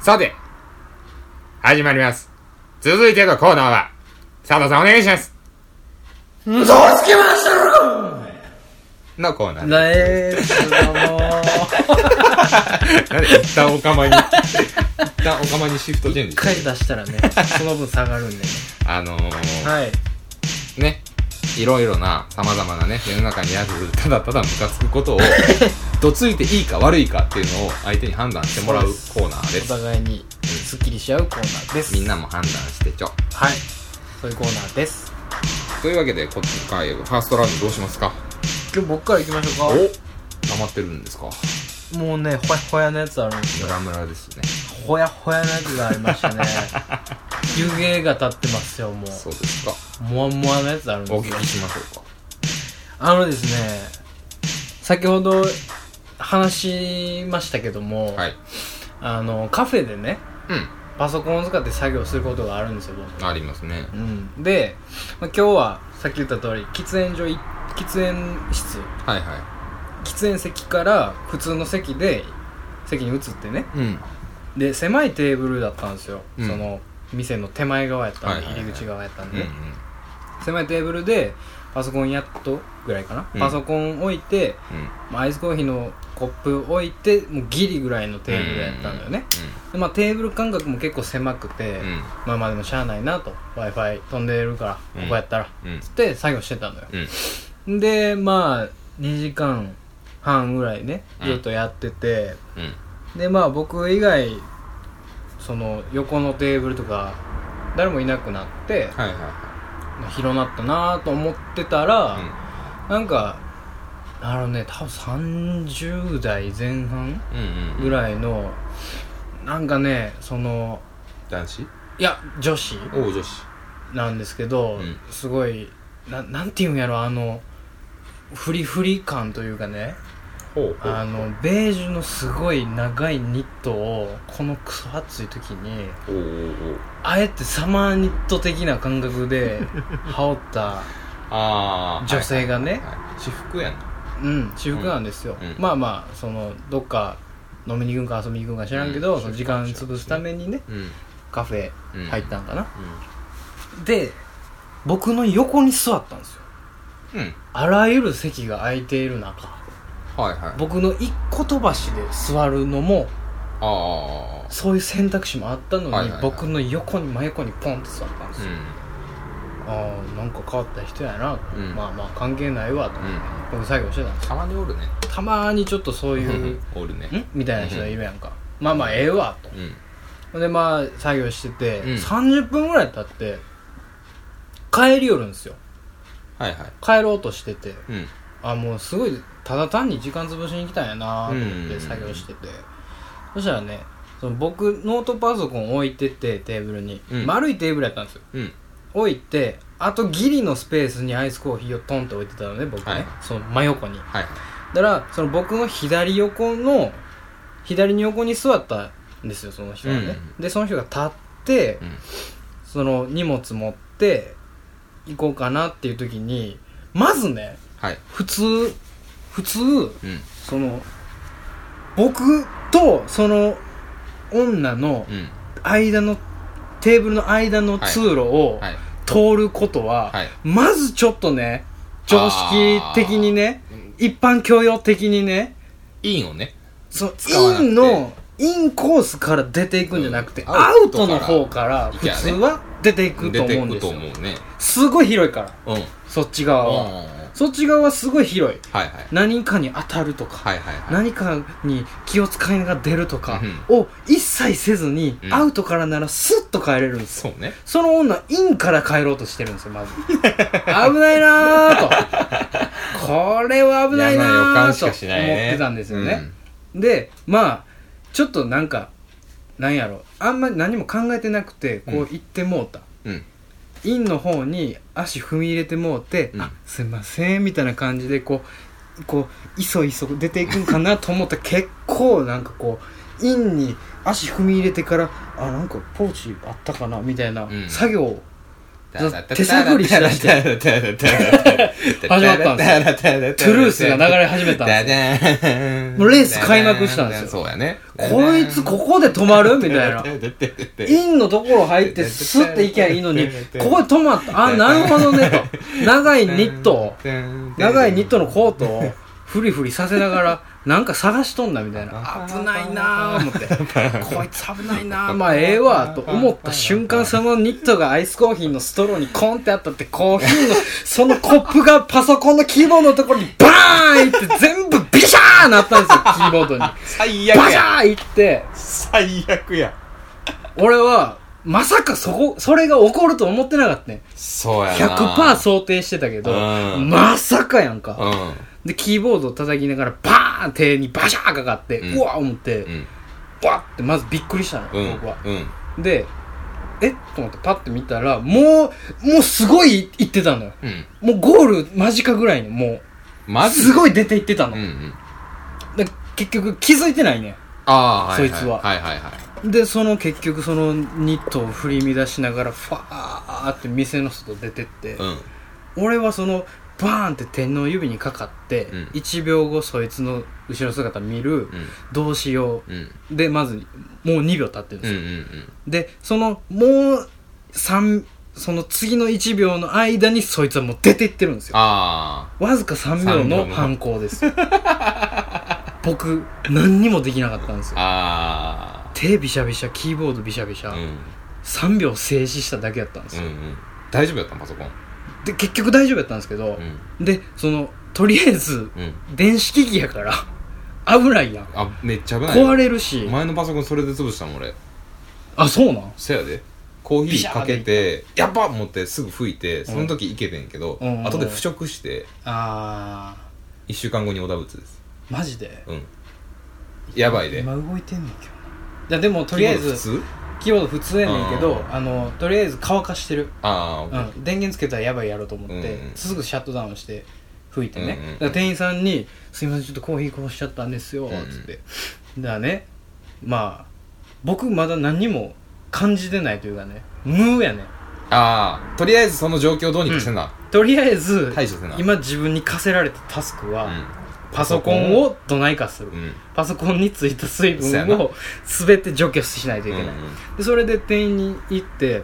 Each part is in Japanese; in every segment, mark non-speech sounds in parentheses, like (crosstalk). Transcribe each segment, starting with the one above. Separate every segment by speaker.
Speaker 1: さて、始まります。続いてのコーナーは、佐藤さんお願いします。
Speaker 2: どうつけました
Speaker 1: のコーナーで
Speaker 3: ナイスだもう。
Speaker 1: す。なんで一旦おかまに、一旦おかまにシフトチェンジ
Speaker 3: 一。回出したらね、その分下がるんでね。
Speaker 1: あのー、
Speaker 3: はい。
Speaker 1: ね、いろいろな、様々なね、世の中にある、ただただムカつくことを、どついていいか悪いかっていうのを相手に判断してもらうコーナーで
Speaker 3: お
Speaker 1: す。
Speaker 3: 互いにスッキリし合うコーナーです。
Speaker 1: みんなも判断してちょ。
Speaker 3: はい。そういうコーナーです。
Speaker 1: というわけで、今回、ファーストラウンドどうしますか
Speaker 3: 今日僕から行きましょ
Speaker 1: お
Speaker 3: う
Speaker 1: 溜まってるんですか
Speaker 3: か。もうね、ほやほやのやつあるんです
Speaker 1: ムラムラですね。
Speaker 3: ほやほやのやつがありました (laughs) ね。湯気が立ってますよ、も
Speaker 1: そうですか。
Speaker 3: う。もわもわのやつあるん
Speaker 1: お
Speaker 3: ですよ
Speaker 1: 聞。きしましょうか。
Speaker 3: あのですね、先ほど話しましたけども、
Speaker 1: はい。
Speaker 3: あの、カフェでね、
Speaker 1: う
Speaker 3: パソコンを使って作業することがあるんですよ、僕。
Speaker 1: ん。ありますね。
Speaker 3: うん、で、まあ、今日はさっき言った通り喫煙所い喫煙室
Speaker 1: はいは
Speaker 3: 喫煙席から普通の席で席に移ってね
Speaker 1: い。うん。
Speaker 3: で狭いテーブルだったんですよ、
Speaker 1: うん
Speaker 3: その店の手前側やったんで、
Speaker 1: はいはいはい
Speaker 3: 入り口側やったん
Speaker 1: う
Speaker 3: で
Speaker 1: ん
Speaker 3: ね、狭いテーブルでパソコンやっとぐらいかな、
Speaker 1: うん
Speaker 3: パソコン置いて、まあアイスコーヒーのコップ置いてもうギリぐらいのテーブルやったんだよね、でまあ、テーブル間隔も結構狭くて、
Speaker 1: うん。うん。
Speaker 3: まあまあでもしゃあないなと w i f i 飛んでるから
Speaker 1: うん
Speaker 3: ここやったら、
Speaker 1: うん
Speaker 3: つって作業してたのよ、
Speaker 1: うん。
Speaker 3: でまあ2時間半ぐらいね
Speaker 1: うん
Speaker 3: ずっとやってて、
Speaker 1: うん。
Speaker 3: でまあ僕以外その横のテーブルとか誰もいなくなって、
Speaker 1: はいは
Speaker 3: まあ広なったなと思ってたら、
Speaker 1: い。
Speaker 3: なんかあのね多分30代前半
Speaker 1: うん。うんうん。
Speaker 3: ぐらいの、なんかねその
Speaker 1: 男子
Speaker 3: いや女子
Speaker 1: おう、女子。
Speaker 3: なんですけど、
Speaker 1: うん
Speaker 3: すごいななんていうんやろあのフリフリ感というかね
Speaker 1: ほうほう。
Speaker 3: あのベージュのすごい長いニットをこのクソ暑い時に
Speaker 1: おうおうおう。
Speaker 3: あえてサマーニット的な感
Speaker 1: (laughs)
Speaker 3: 覚で羽織った、
Speaker 1: ああ。
Speaker 3: 女性がね
Speaker 1: はいはいはい私服やな。
Speaker 3: うん、私服なんですよ、
Speaker 1: うんうん
Speaker 3: まあまあそのどっか飲みに行くんか遊びに行くんか知らんけど、
Speaker 1: うん
Speaker 3: その時間潰すためにね
Speaker 1: うん。うん。
Speaker 3: カフェ入ったんかな、
Speaker 1: う
Speaker 3: で僕の横に座ったんですよ
Speaker 1: ん。うん。
Speaker 3: あらゆる席が空いている中
Speaker 1: はいはい。
Speaker 3: 僕の一個飛ばしで座るのも
Speaker 1: ああ。
Speaker 3: そういう選択肢もあったのに、
Speaker 1: はいはいはい
Speaker 3: 僕の横に真横にポンって座ったんで
Speaker 1: う
Speaker 3: すよ、
Speaker 1: ん。
Speaker 3: ああなんか変わった人やな、
Speaker 1: うん
Speaker 3: まあまあ関係ないわと思って、僕作業してたんですよ
Speaker 1: たまにおるね。
Speaker 3: たまーにちょっとそういう
Speaker 1: (laughs) おるね。
Speaker 3: んみたいな人がいるやんか、まあまあええわと
Speaker 1: うん。
Speaker 3: ほんでまあ作業してて、
Speaker 1: うん
Speaker 3: 30分ぐらい経って帰り寄るんですよ
Speaker 1: はいはい。
Speaker 3: 帰ろうとしてて
Speaker 1: うん。
Speaker 3: あもうすごいただ単に時間潰しに来たんやなと思っ
Speaker 1: うん
Speaker 3: て作業してて、そしたらねその僕ノートパソコン置いててテーブルに、
Speaker 1: うん
Speaker 3: 丸いテーブルやったんですよ
Speaker 1: うん。
Speaker 3: 置いてあとギリのスペースにアイスコーヒーをトンと置いてたのね僕ね、
Speaker 1: はい
Speaker 3: その真横にだ
Speaker 1: はい。
Speaker 3: からその僕の左横の左に横に座ったんですよその人がね、でその人が立って、
Speaker 1: うん
Speaker 3: その荷物持って行こうかなっていう時にまずね
Speaker 1: はい。
Speaker 3: 普通普通
Speaker 1: うん。
Speaker 3: その僕とその女の
Speaker 1: うん。
Speaker 3: 間のテーブルの間の通路を
Speaker 1: はい。
Speaker 3: 通ることは、
Speaker 1: はい
Speaker 3: まずちょっとね常識的にね一般教養的にね
Speaker 1: インをね。
Speaker 3: その
Speaker 1: 使わなくて
Speaker 3: インのインコースから出ていくんじゃなくて、
Speaker 1: うん
Speaker 3: アウトの方から
Speaker 1: アウト
Speaker 3: 普
Speaker 1: から
Speaker 3: 通は出ていくと
Speaker 1: 出て
Speaker 3: 思うん
Speaker 1: く
Speaker 3: で
Speaker 1: と
Speaker 3: すよ、
Speaker 1: 思うね。
Speaker 3: すごい広いから
Speaker 1: うん。
Speaker 3: そっち側は、
Speaker 1: は
Speaker 3: そっち側はすごい広い
Speaker 1: いはい。
Speaker 3: 何かに当たるとか、
Speaker 1: はいはいはい。
Speaker 3: 何かに気を使いが出るとかを一切せずに、
Speaker 1: うん
Speaker 3: アウトからならスッと帰れるんですよ
Speaker 1: そうね。
Speaker 3: その女インから帰ろうとしてるんですよまず
Speaker 1: (laughs)
Speaker 3: 危ないなーとこれは危ない
Speaker 1: 嫌予
Speaker 3: な
Speaker 1: 感
Speaker 3: ー
Speaker 1: し
Speaker 3: と思
Speaker 1: か
Speaker 3: っ
Speaker 1: しないね
Speaker 3: てたんですよね。でまあちょっとなんかなんやろあんまり何も考えてなくてこう行ってもうた、
Speaker 1: うん。うん
Speaker 3: インの方に足踏み入れてもうて「
Speaker 1: うん
Speaker 3: あすいません」みたいな感じでこうこういそいそ出ていくんかなと思ったら結構なんかこうインに足踏み入れてから「あなんかポーチあったかな」みたいな
Speaker 1: うん
Speaker 3: 作業手探りしだして
Speaker 1: 始
Speaker 3: 始まったん
Speaker 1: です
Speaker 3: トゥルースが流れ始めたんですよもうレース開幕したんですよ
Speaker 1: そうやね
Speaker 3: こいつここで止まるみたいな。
Speaker 1: い
Speaker 3: インのところ入ってスッて行きゃいいのに、ここで止まった。あ、なるほどねと。長いニットを、長いニットのコートをフリフリさせながら、なんか探しとんだみたいな。危ないなぁ思って。こいつ危ない
Speaker 1: (laughs)
Speaker 3: なぁ。まあええわと思った瞬間、そのニットがアイスコーヒーのストローにコンってあったって、コーヒーの (laughs) そのコップがパソコンのキーボードのところにバーンって全部ビシャーなったんですよ、キーボードに。
Speaker 1: 最
Speaker 3: バ
Speaker 1: 悪
Speaker 3: シ
Speaker 1: や
Speaker 3: ャーいって、
Speaker 1: 最悪や
Speaker 3: 俺はまさかそこそれが起こると思ってなかったね
Speaker 1: そうやな
Speaker 3: 100%想定してたけど、
Speaker 1: うん
Speaker 3: まさかやんか、
Speaker 1: うん
Speaker 3: でキーボードを叩きながらバーン手にバシャーかかって、
Speaker 1: う
Speaker 3: うんわ思って、
Speaker 1: うん
Speaker 3: バッてまずびっくりしたの、
Speaker 1: うん
Speaker 3: 僕は
Speaker 1: うん
Speaker 3: でえっと思ってパッて見たらもうもうすごい行ってたのよ
Speaker 1: うん
Speaker 3: もうゴール間近ぐらいにも
Speaker 1: マ
Speaker 3: う
Speaker 1: ジ
Speaker 3: すごい出て行ってたの、
Speaker 1: うんうん
Speaker 3: で結局気づいてないね
Speaker 1: ああーはい
Speaker 3: そいつは
Speaker 1: はいはいはい
Speaker 3: でその結局そのニットを振り乱しながらファーって店の外出てって、
Speaker 1: うん
Speaker 3: 俺はそのバーンって天の指にかかって、
Speaker 1: うん
Speaker 3: 1秒後そいつの後ろ姿見る、
Speaker 1: うん
Speaker 3: どうしよ
Speaker 1: うん
Speaker 3: うでまずもう2秒経ってるん
Speaker 1: う
Speaker 3: で
Speaker 1: ん
Speaker 3: す
Speaker 1: う
Speaker 3: よ、
Speaker 1: ん
Speaker 3: でそのもう3その次の1秒の間にそいつはもう出てってるんですよ
Speaker 1: あ
Speaker 3: わずか3秒の犯行です (laughs) よ僕何にもできなかったんです
Speaker 1: あ
Speaker 3: よ
Speaker 1: あ
Speaker 3: 手びしゃびしゃキーボードびしゃびしゃ、
Speaker 1: あうん
Speaker 3: 3秒静止しただけやったんです
Speaker 1: う
Speaker 3: よ、
Speaker 1: んうん大丈夫やったんパソコン
Speaker 3: で結局大丈夫やったんですけど
Speaker 1: う、ん
Speaker 3: でそのとりあえず
Speaker 1: うん
Speaker 3: 電子機器やから危ないやん
Speaker 1: あめっちゃ危ないよ
Speaker 3: 壊れるし
Speaker 1: 前のパソコンそれで潰したもん俺
Speaker 3: あそうなん
Speaker 1: せやでコー
Speaker 3: ビ
Speaker 1: ヒ
Speaker 3: シャ
Speaker 1: ー
Speaker 3: ー
Speaker 1: かけてやっば持ってすぐ拭いてその時いけてんけど、
Speaker 3: うん
Speaker 1: 後で腐食して
Speaker 3: あ
Speaker 1: 1週間後に小田仏です
Speaker 3: ーマジで
Speaker 1: うんやばいで
Speaker 3: 今動いてんの今日いやでもとりあえ
Speaker 1: キーボード普
Speaker 3: ず
Speaker 1: 通
Speaker 3: キーボード普通やねんけ
Speaker 1: う
Speaker 3: ど
Speaker 1: ん
Speaker 3: あのとりあえず乾かしてる、
Speaker 1: あ
Speaker 3: う
Speaker 1: あ、
Speaker 3: ん、電源つけたらやばいやろうと思って、
Speaker 1: うん
Speaker 3: すぐシャットダウンして拭いてね、
Speaker 1: うんうんうん
Speaker 3: だから店員さんに「すいませんちょっとコーヒーこぼしちゃったんですよ」
Speaker 1: んうん
Speaker 3: つってだからねまあ僕まだ何にも感じてないというかね無やねん
Speaker 1: ああとりあえずその状況どうにかせな、
Speaker 3: とりあえず
Speaker 1: 対処せな
Speaker 3: 今自分に課せられたタスクは、
Speaker 1: う
Speaker 3: パソコンをどないかする、
Speaker 1: んうん
Speaker 3: パソコンについた水
Speaker 1: そうや
Speaker 3: 分
Speaker 1: な
Speaker 3: を全て除去しないといけ
Speaker 1: う
Speaker 3: ない、
Speaker 1: ん
Speaker 3: でそれで店員に行って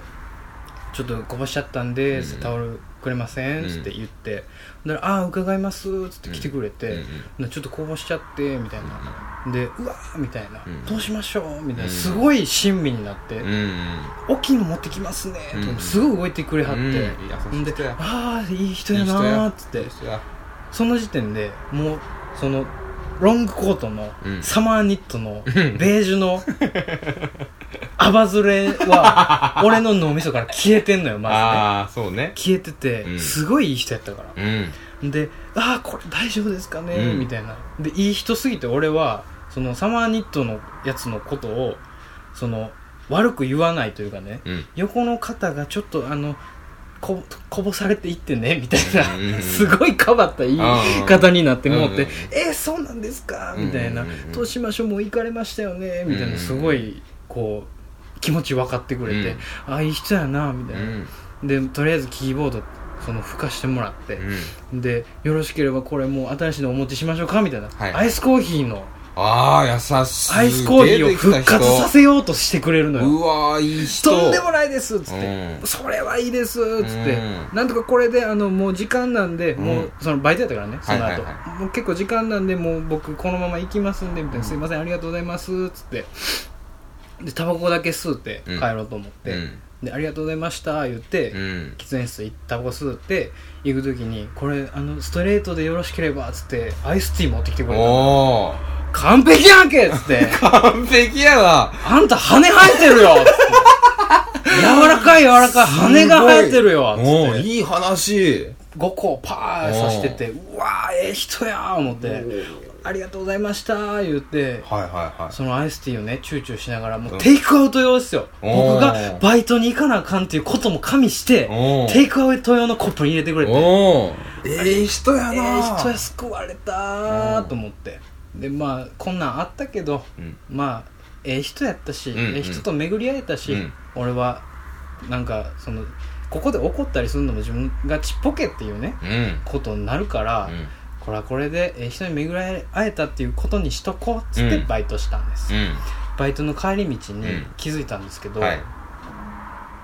Speaker 3: 「ちょっとこぼしちゃったんで、
Speaker 1: うん
Speaker 3: タオルくれません」
Speaker 1: うん
Speaker 3: つって言って「だからああ伺います」つって来てくれて、
Speaker 1: うん
Speaker 3: なちょっとこぼしちゃってみたいな、で「うわー」みたいな、
Speaker 1: うん
Speaker 3: どうしましょう」みたいな、
Speaker 1: うん
Speaker 3: すごい親身になって「
Speaker 1: うんうん
Speaker 3: 大きいの持ってきますね」と
Speaker 1: うん
Speaker 3: すごい動いてくれはって、
Speaker 1: うん
Speaker 3: ん
Speaker 1: 優し
Speaker 3: で
Speaker 1: い人
Speaker 3: 「
Speaker 1: や
Speaker 3: ああいい人やな」っつってその時点でもうそのロングコートの
Speaker 1: うん
Speaker 3: サマーニットの
Speaker 1: ん
Speaker 3: ベージュ
Speaker 1: (laughs)
Speaker 3: のアバズレは俺の脳みそから消えてんのよま
Speaker 1: ああそうね
Speaker 3: ずね消えて
Speaker 1: う
Speaker 3: て
Speaker 1: ん
Speaker 3: すごいいい人やったか
Speaker 1: うん
Speaker 3: らで「ああこれ大丈夫ですかね」
Speaker 1: うん
Speaker 3: みたいなでいい人すぎて俺はそのサマーニットのやつのことをその悪く言わないというかね
Speaker 1: うん
Speaker 3: 横の方がちょっとあのここぼされていってねみたい
Speaker 1: うんうんう
Speaker 3: な
Speaker 1: ん
Speaker 3: (laughs) すごいかばった言い方になってもうて「えーそうなんですか」
Speaker 1: うんうん
Speaker 3: み
Speaker 1: うん
Speaker 3: たいな「どうしましょうもう行かれましたよね」みた
Speaker 1: うんう
Speaker 3: い
Speaker 1: ん
Speaker 3: なすごいこう気持ち分かってくれて「ああいい人やな」み
Speaker 1: う
Speaker 3: たい
Speaker 1: ん
Speaker 3: なでとりあえずキーボードその吹かしてもらって
Speaker 1: うん
Speaker 3: で「よろしければこれもう新しいのお持ちしましょうか」みたいな
Speaker 1: はい
Speaker 3: アイスコーヒーの
Speaker 1: ああ優しい
Speaker 3: アイスコーヒーを復活させようとしてくれるのよ
Speaker 1: うわーいい人
Speaker 3: とんでもないですっつって、
Speaker 1: うん
Speaker 3: それはいいですっつって、
Speaker 1: うん
Speaker 3: なんとかこれであのもう時間なんで、
Speaker 1: ん
Speaker 3: もうそのバイトやったからねその後、
Speaker 1: はいはいは
Speaker 3: もう結構時間なんでもう僕このまま行きますんでみたいな、すいませんありがとうございますっつってでタバコだけ吸って
Speaker 1: うん
Speaker 3: 帰ろうと思って、
Speaker 1: うん
Speaker 3: でありがとうございました言って、
Speaker 1: うん
Speaker 3: 喫煙室行ってタバコ吸って行く時にこれあのストレートでよろしければっつってアイスティー持ってきてくれた
Speaker 1: おお
Speaker 3: 完璧やんけっつって
Speaker 1: 完璧やな
Speaker 3: あんた羽生えて
Speaker 1: (laughs)
Speaker 3: るよつって柔らかい柔らかい羽が生えてるよつ
Speaker 1: おお
Speaker 3: って
Speaker 1: いい話
Speaker 3: 5個パーさしててうわーええ人やー思ってありがとうございましたー言って
Speaker 1: はいはいは
Speaker 3: そのアイスティーをねチューチューしながらも
Speaker 1: うん
Speaker 3: うテイクアウト用ですよ
Speaker 1: おー
Speaker 3: 僕がバイトに行かなあかんっていうことも加味して
Speaker 1: おー
Speaker 3: テイクアウト用のコップに入れてくれて
Speaker 1: おおええ人や
Speaker 3: ええ人や救われた
Speaker 1: う
Speaker 3: ー
Speaker 1: ん
Speaker 3: と思ってでまあこんなんあったけど
Speaker 1: うん
Speaker 3: まあええ人やったし、
Speaker 1: うんうん
Speaker 3: ええ人と巡り合えたし、
Speaker 1: うん
Speaker 3: 俺はなんかそのここで怒ったりするのも自分がちっぽけっていうね
Speaker 1: うんうん
Speaker 3: ことになるから、
Speaker 1: うん
Speaker 3: これはこれでえー人に巡り会えたっていうことにしとこうっつって
Speaker 1: うん
Speaker 3: バイトしたんです、バイトの帰り道に
Speaker 1: うん
Speaker 3: 気づいたんですけ
Speaker 1: う
Speaker 3: ど、
Speaker 1: んはい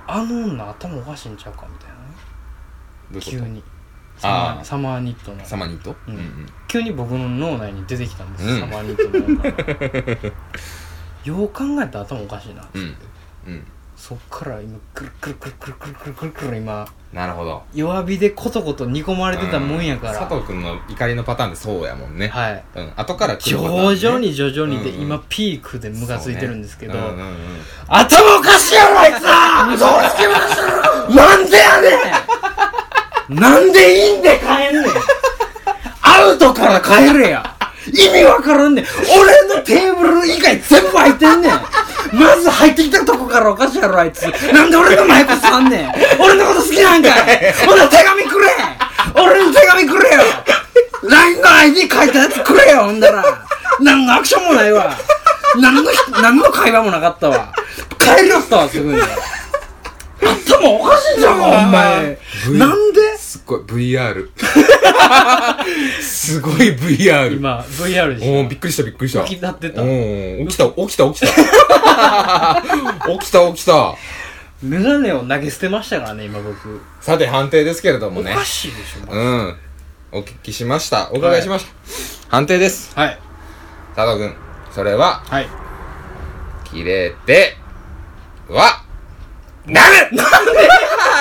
Speaker 3: あの女頭おかしいんちゃうかみたいなね
Speaker 1: どうい
Speaker 3: 急
Speaker 1: うこ
Speaker 3: にサ
Speaker 1: あ
Speaker 3: マー
Speaker 1: ー
Speaker 3: サマーニットの
Speaker 1: とサマニット
Speaker 3: う
Speaker 1: うんんうん
Speaker 3: 急に僕の脳内に出てきたんです、
Speaker 1: うん
Speaker 3: サマーニットの女が
Speaker 1: (laughs)
Speaker 3: よう考えたら頭おかしいな、
Speaker 1: うんうん
Speaker 3: そっから今くるくるくるくるくるくるくるくる今
Speaker 1: なるほど
Speaker 3: 弱火でコトコト煮込まれてたもんやから、
Speaker 1: う佐藤君の怒りのパターンってそうやもんね
Speaker 3: はい
Speaker 1: うん後から来るパターンね
Speaker 3: 徐々に徐々にで、
Speaker 1: うんうん
Speaker 3: 今ピークでムカついてるんですけど、
Speaker 1: そうねうんうんうん
Speaker 3: 頭おかしいやろあいつら
Speaker 2: 嘘つきましたろ
Speaker 3: なんでやねんなんでいいんで帰んねんアウトから帰れや意味わからんねん俺のテーブル以外全部空いてんねんまず入ってきたとこからおかしいやろあいつなんで俺の前こさんねん俺のこと好きなんかいほな手紙くれ俺の手紙くれよ LINE の ID 書いたやつくれよほんだら何のアクションもないわ何の何の会話もなかったわ帰りよったわすぐに頭おかしいじゃんお前
Speaker 1: うん
Speaker 3: なんです
Speaker 1: っごい VR すごい VR
Speaker 3: 今 VR
Speaker 1: お
Speaker 3: で
Speaker 1: おびっくりしたびっくりした
Speaker 3: 浮き立ってた
Speaker 1: うん起きた起きた (laughs) 起きた起きた起きた
Speaker 3: メガネを投げ捨てましたからね今僕
Speaker 1: さて判定ですけれども
Speaker 3: お
Speaker 1: ね
Speaker 3: かしいでしょ
Speaker 1: うんお聞きしましたお伺いしました、判定です
Speaker 3: はい
Speaker 1: 佐藤君それは
Speaker 3: はい
Speaker 1: 切れてはなる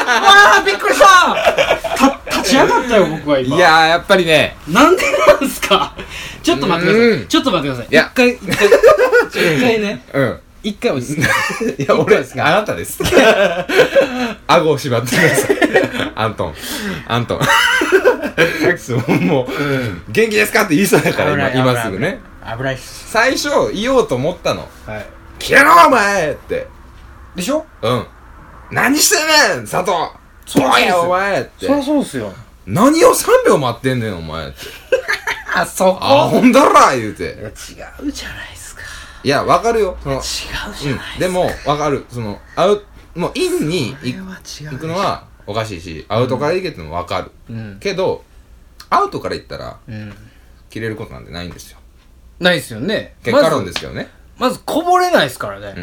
Speaker 3: ああびっくりしたた立ち上がったよ僕はい今
Speaker 1: やーやっぱりね
Speaker 3: なんでなんすかちょっと待ってくだ
Speaker 1: う
Speaker 3: さい
Speaker 1: ん
Speaker 3: ちょっと待ってください
Speaker 1: いや
Speaker 3: 一回一回一回ね
Speaker 1: うん
Speaker 3: 一回落ち着
Speaker 1: (laughs)
Speaker 3: け
Speaker 1: いや、俺ですあなたです。 (laughs) 顎を縛ってくだ (laughs) さい。アントン。アントン。そうもう、元気ですかって言いそうだから、
Speaker 3: 危ない
Speaker 1: 今、今すぐね。
Speaker 3: 危ないっす
Speaker 1: 最初、言おうと思ったの。
Speaker 3: はい
Speaker 1: 消えろ、お前って。
Speaker 3: でしょ
Speaker 1: うん。何してんねん、佐藤そうや、お前って。
Speaker 3: そうっすよ
Speaker 1: 何を3秒待ってんねん、お前って。
Speaker 3: あそ
Speaker 1: あ、ほんだら、言うて。
Speaker 3: 違うじゃないですか
Speaker 1: いや、わかるよ。その、
Speaker 3: 違うじゃな
Speaker 1: う
Speaker 3: い
Speaker 1: ん。でも、わかる。その、アウもう、インに
Speaker 3: こ
Speaker 1: 行
Speaker 3: れは違う
Speaker 1: 行くのはおかしいし、アウトから行けってのもわかる。
Speaker 3: うん
Speaker 1: けどアウトから言ったら
Speaker 3: うん
Speaker 1: 切れることなんてないんですよ
Speaker 3: ないっすよね
Speaker 1: 結果論
Speaker 3: ま
Speaker 1: で
Speaker 3: ず
Speaker 1: すけどね、
Speaker 3: まずこぼれないですからね、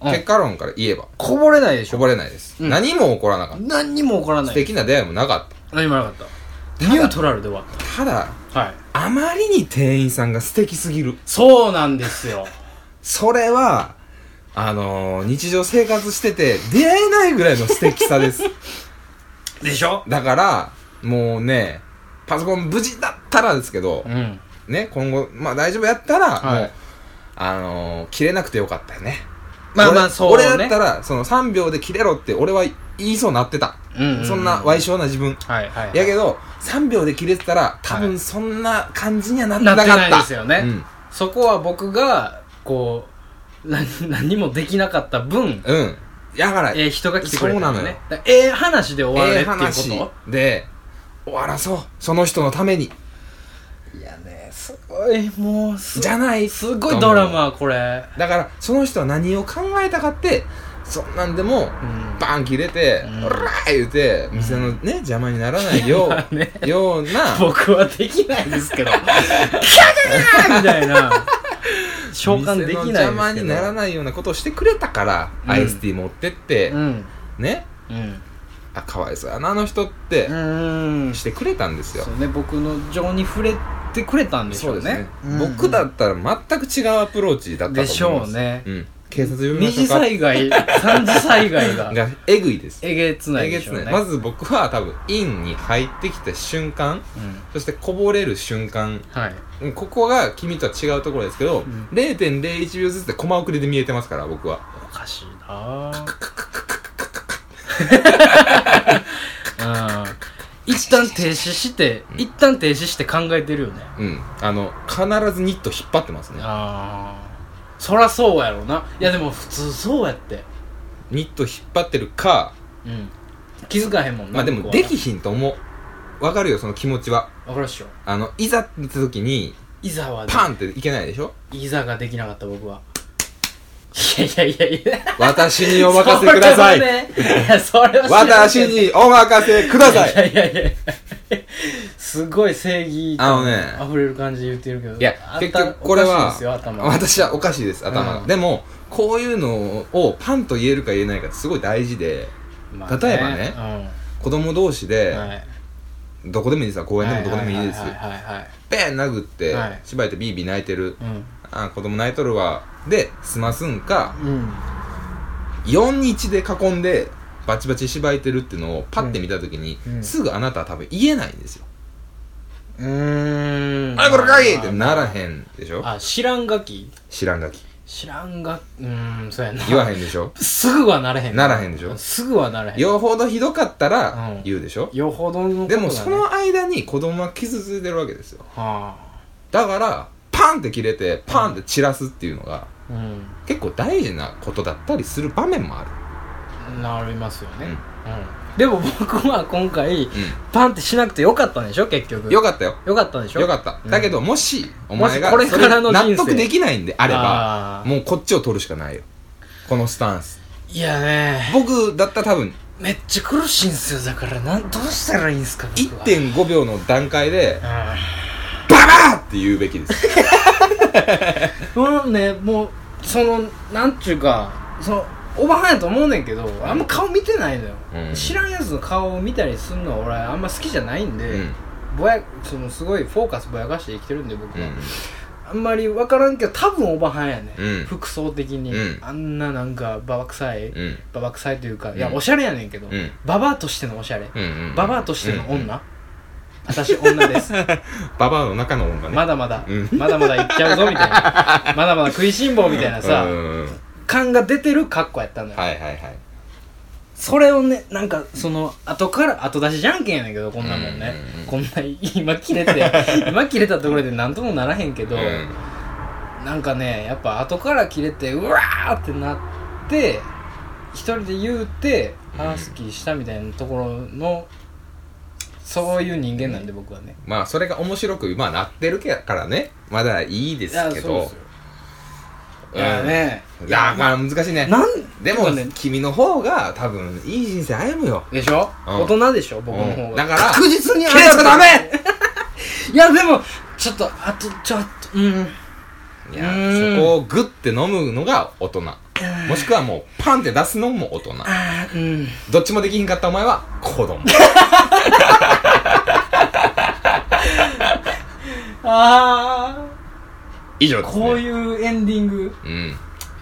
Speaker 3: うん
Speaker 1: 結果論から言えば
Speaker 3: こぼれないでし
Speaker 1: こ
Speaker 3: ょ
Speaker 1: ぼれないです、
Speaker 3: うん
Speaker 1: 何も起こらなかった
Speaker 3: 何にも起こらな
Speaker 1: 素
Speaker 3: い
Speaker 1: 敵な出会いもなかっ
Speaker 3: 何もなかったニュートラルで終わった
Speaker 1: ただ
Speaker 3: たはい
Speaker 1: あまりに店員さんが素敵すぎる
Speaker 3: そうなんですよ
Speaker 1: それはあのー、日常生活してて出会えないぐらいの素敵さです
Speaker 3: (laughs) でしょ
Speaker 1: だからもうねパソコン無事だったらですけど
Speaker 3: う、ん
Speaker 1: ね今後まあ大丈夫やったら、
Speaker 3: は
Speaker 1: も
Speaker 3: いう
Speaker 1: あのー、切れなくてよかったよね
Speaker 3: まあまあ
Speaker 1: 俺
Speaker 3: そうね
Speaker 1: 俺だったらその3秒で切れろって俺は言いそうになってた、
Speaker 3: うんうんうん
Speaker 1: そんな賠償な自分、
Speaker 3: はいはい
Speaker 1: やけど3秒で切れてたら多
Speaker 3: は
Speaker 1: 分
Speaker 3: い
Speaker 1: そんな感じにはなってなかった
Speaker 3: なってないですよね
Speaker 1: うん
Speaker 3: そこは僕がこうな何もできなかった分、
Speaker 1: うんだから
Speaker 3: えー人が来てくれたんだよね
Speaker 1: そ
Speaker 3: だからええ話で終わ
Speaker 1: え
Speaker 3: れ
Speaker 1: え
Speaker 3: っていう
Speaker 1: 話
Speaker 3: こ
Speaker 1: で終わらそうその人のために
Speaker 3: といやねすごいもうす
Speaker 1: じゃない
Speaker 3: すごいドラマこれ
Speaker 1: だからその人は何を考えたかってそんなんでも、
Speaker 3: ん
Speaker 1: バン切れて
Speaker 3: う
Speaker 1: 「
Speaker 3: ん
Speaker 1: おら!」言うて店のね邪魔にならない
Speaker 3: (laughs)
Speaker 1: よ
Speaker 3: まあ
Speaker 1: う,、
Speaker 3: ね
Speaker 1: ような
Speaker 3: 僕はできないですけどキャキャキャみたい (laughs) な (laughs) 召喚できない
Speaker 1: 店
Speaker 3: ですけど
Speaker 1: の邪魔にならないようなことをしてくれたから、
Speaker 3: うん
Speaker 1: アイスティー持ってって、
Speaker 3: うん
Speaker 1: ね
Speaker 3: うん
Speaker 1: あかわいそうやなあの人って
Speaker 3: う、ーん
Speaker 1: してくれたんですよ
Speaker 3: そうね僕の情に触れてくれたんでしょうねん
Speaker 1: 僕だったら全く違うアプローチだったと思います
Speaker 3: でしょうね
Speaker 1: うん、警察呼びま
Speaker 3: 二
Speaker 1: しょう
Speaker 3: 次
Speaker 1: か
Speaker 3: 災 (laughs) 害三次災害が
Speaker 1: がえぐいです
Speaker 3: えげつないでしょうね
Speaker 1: えげつまず僕は多分インに入ってきた瞬間
Speaker 3: うん
Speaker 1: そしてこぼれる瞬間
Speaker 3: はい
Speaker 1: うんここが君とは違うところですけど、
Speaker 3: ん
Speaker 1: 0.01秒ずつでコマ送りで見えてますから僕は
Speaker 3: おかしいなぁうん一旦停止して一旦停止して考えてるよね
Speaker 1: うんあの必ずニット引っ張ってますね
Speaker 3: ああそらそうやろないやでも普通そうやって
Speaker 1: ニット引っ張ってるか
Speaker 3: うん気づかへんもんな
Speaker 1: まあで
Speaker 3: 向
Speaker 1: も
Speaker 3: こうは
Speaker 1: できひんと思うわかるよその気持ちは
Speaker 3: わかるっしょ
Speaker 1: あのいざって時に
Speaker 3: いざは
Speaker 1: パンっていけないでしょ
Speaker 3: いざができなかった僕はいやいやいやいや。
Speaker 1: 私にお任せください。
Speaker 3: それはねいやそれは知らんけ
Speaker 1: (laughs) 私に
Speaker 3: ど
Speaker 1: お任せください。
Speaker 3: いやいやいやすごい正義
Speaker 1: あのね
Speaker 3: あふれる感じで言ってるけど
Speaker 1: いや、結局これは、
Speaker 3: 私
Speaker 1: 私はおかしいです、頭が。
Speaker 3: うん
Speaker 1: でも、こういうのをパンと言えるか言えないかってすごい大事で、例えばね子供同士で、どこでもいいですわ公園でもどこでもいいです。
Speaker 3: はいはいはいはい
Speaker 1: ペーン殴って
Speaker 3: はい、
Speaker 1: しばいてビービー泣いてる。
Speaker 3: うん
Speaker 1: あー子供泣いとるわ。で、済ますんか、
Speaker 3: うん
Speaker 1: 4-1で囲んで、バチバチしばいてるっていうのをパッて見たときに、
Speaker 3: うんうん
Speaker 1: すぐあなたは多分言えないんですよ。
Speaker 3: うーん
Speaker 1: あれこれかいってならへんでしょ
Speaker 3: あ知らんガキ
Speaker 1: 知らんがき。
Speaker 3: 知らんガキうーんそうやな
Speaker 1: 言わへんでしょ
Speaker 3: すぐはなれへん
Speaker 1: ならへんでしょ
Speaker 3: すぐはなれへん
Speaker 1: よほどひどかった
Speaker 3: う
Speaker 1: ら
Speaker 3: ん
Speaker 1: 言うでしょ、
Speaker 3: よほどのこと
Speaker 1: で
Speaker 3: だね
Speaker 1: もその間に子供は傷ついてるわけですよ
Speaker 3: は
Speaker 1: だからパンって切れてパンって散らすっていうのが
Speaker 3: あうん
Speaker 1: 結構大事なことだったりする場面もある
Speaker 3: なりますよね、
Speaker 1: う
Speaker 3: うんんでも僕は今回、パンってしなくてよかったんでしょ結局
Speaker 1: よかったよ
Speaker 3: よかったんでしょ
Speaker 1: よかった、だけどもしお前が
Speaker 3: もしこれからの
Speaker 1: そ
Speaker 3: 人生
Speaker 1: れ納得できないんであれば
Speaker 3: あー
Speaker 1: もうこっちを取るしかないよこのスタンス
Speaker 3: いやね
Speaker 1: 僕だったら多分
Speaker 3: めっちゃ苦しいんすよだからなんどうしたらいいんすか僕は
Speaker 1: 1.5秒の段階で
Speaker 3: う
Speaker 1: ババーって言うべきです
Speaker 3: んもうねもうそのなんちゅうかそのおばはんやと思うねんけどあんま顔見てないのよ、
Speaker 1: うん
Speaker 3: 知らんやつの顔を見たりするのは俺あんま好きじゃないんで、
Speaker 1: うん
Speaker 3: ぼやそのすごいフォーカスぼやかして生きてるんで僕
Speaker 1: う
Speaker 3: は、
Speaker 1: ん
Speaker 3: あんまり分からんけど多分おばはんやね、
Speaker 1: うん
Speaker 3: 服装的に、
Speaker 1: うん
Speaker 3: あんななんかババ臭い、
Speaker 1: うん
Speaker 3: ババ臭いというか、いや
Speaker 1: うん
Speaker 3: おしゃれやねんけど、
Speaker 1: うん
Speaker 3: ババアとしてのおしゃれ、
Speaker 1: うんうん
Speaker 3: ババアとしての女、
Speaker 1: うんうん
Speaker 3: 私女です、
Speaker 1: ババアの中の女ね
Speaker 3: まだまだ、
Speaker 1: うん
Speaker 3: まだまだいっちゃうぞみた
Speaker 1: (laughs)
Speaker 3: いなまだまだ食いしん坊みたいなさ、
Speaker 1: うんうんうん
Speaker 3: 感が出てる格好やったのよ、
Speaker 1: はいはいはい
Speaker 3: それをねなんかその後から後出しじゃんけんやねんけどこんなもんね、
Speaker 1: うんうんうん
Speaker 3: こんな今切れて今切れたところで何ともならへんけど、
Speaker 1: うん
Speaker 3: なんかねやっぱ後から切れてうわーってなって一人で言うて腹すっきりしたみたいなところの、そういう人間なんで僕はね
Speaker 1: まあそれが面白くまあなってるからねまだいいで
Speaker 3: い
Speaker 1: す
Speaker 3: や
Speaker 1: け
Speaker 3: そうで
Speaker 1: ど
Speaker 3: すよいやね、
Speaker 1: うんいやまあ難しいね
Speaker 3: なん
Speaker 1: でも
Speaker 3: ね
Speaker 1: 君の方が多分いい人生歩むよ
Speaker 3: でしょ、
Speaker 1: うん
Speaker 3: 大人でしょ僕の
Speaker 1: う
Speaker 3: 方
Speaker 1: ん
Speaker 3: が、
Speaker 1: だから
Speaker 3: 確実に
Speaker 1: 切れちゃダメ
Speaker 3: (laughs) いやでもちょっとあとちょっとうん
Speaker 1: いうや
Speaker 3: ーん
Speaker 1: そこをグッて飲むのが大人もしくはもうパンって出すのも大人
Speaker 3: あーうん
Speaker 1: どっちもできひんかったお前は子
Speaker 3: (laughs)
Speaker 1: 供
Speaker 3: あ
Speaker 1: 以上
Speaker 3: あ
Speaker 1: ですね
Speaker 3: こういうエンディング
Speaker 1: うん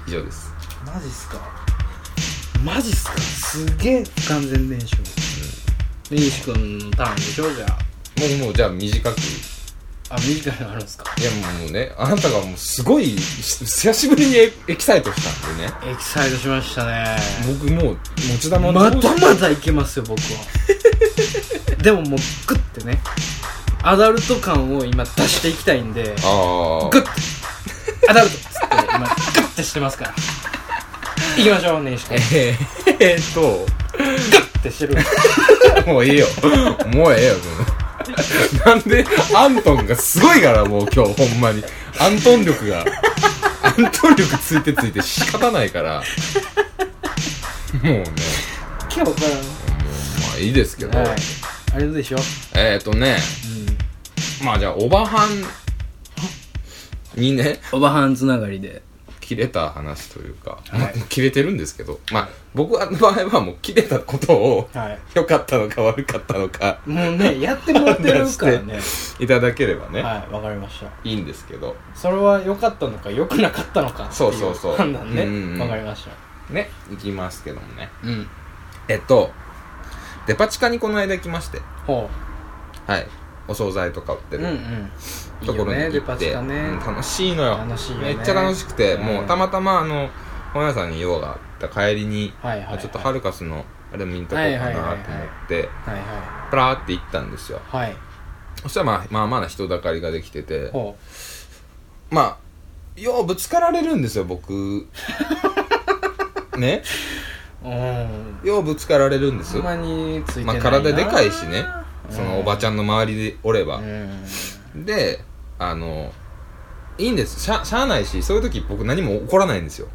Speaker 1: 以上です
Speaker 3: マジっすかマジっすかすげえ完全燃焼根岸君のターンでしょじゃ
Speaker 1: もうもうじゃあ短く
Speaker 3: ああ短いのあるんすか
Speaker 1: いやもうねあなたがもうすごい久しぶりにエエキサイトしたんでね
Speaker 3: エキサイトしましたね
Speaker 1: 僕もう持ち玉
Speaker 3: まだまだいけますよ僕 (laughs) はでももうグッてねアダルト感を今出していきたいんで
Speaker 1: ああ
Speaker 3: グッ (laughs) てアダルトっつって今グッてしてますからいきましょう根岸君グ
Speaker 1: えー、えーっ
Speaker 3: ッてしてる
Speaker 1: と (laughs) もういいよもうええよそのなんでアントンがすごいからもう今日ほんまにアントン力がアントン力ついてついて仕方ないからもうね
Speaker 3: (laughs) 今日から
Speaker 1: まあいいですけど、
Speaker 3: はいあれでしょ
Speaker 1: えー、っとねまあじゃあおばはんにね
Speaker 3: おばはんつながりで
Speaker 1: 切れた話というか、まあ切れてるんですけどまあ僕の場合はもう切れたことを
Speaker 3: はい
Speaker 1: 良かったのか悪かったのか
Speaker 3: もう (laughs) ねやってもらってるからね
Speaker 1: いただければね、
Speaker 3: はいわかりました
Speaker 1: い、いんですけど
Speaker 3: それは良かったのか良くなかったのかって
Speaker 1: そう
Speaker 3: い
Speaker 1: そう
Speaker 3: う
Speaker 1: そう
Speaker 3: 判断
Speaker 1: うんうんうん
Speaker 3: ねわかりました
Speaker 1: ね行きますけどもね
Speaker 3: うん
Speaker 1: えっとデパ地下にこの間行きまして
Speaker 3: ほ
Speaker 1: はいお惣菜とか売って
Speaker 3: ううん
Speaker 1: る、
Speaker 3: うんい
Speaker 1: と
Speaker 3: い
Speaker 1: こ
Speaker 3: よ
Speaker 1: ろに
Speaker 3: ねデ
Speaker 1: 行
Speaker 3: パ
Speaker 1: っ
Speaker 3: 地
Speaker 1: て
Speaker 3: 下ね
Speaker 1: うん楽しいのよ
Speaker 3: 楽しいよ
Speaker 1: め
Speaker 3: ね
Speaker 1: っちゃ楽しくて、
Speaker 3: うん
Speaker 1: もうたまたまあの本屋さんに用があった帰りに、
Speaker 3: はいはいはい
Speaker 1: あちょっとハルカスのあれ見とこうかなと思って、
Speaker 3: はいは
Speaker 1: プラーって行ったんですよ
Speaker 3: いはい
Speaker 1: そしたらまあまあまあな人だかりができてて
Speaker 3: ほ
Speaker 1: まあようぶつかられるんですよ
Speaker 3: (laughs)
Speaker 1: 僕ね
Speaker 3: ううん
Speaker 1: ようぶつかられるんです
Speaker 3: ほんまについて
Speaker 1: ま
Speaker 3: な
Speaker 1: あ
Speaker 3: いな
Speaker 1: 体でかいしねそのおばちゃんの周りでおれば
Speaker 3: う、ん
Speaker 1: であのいいんですしゃしゃあないしそういう時僕何も起こらないんですよ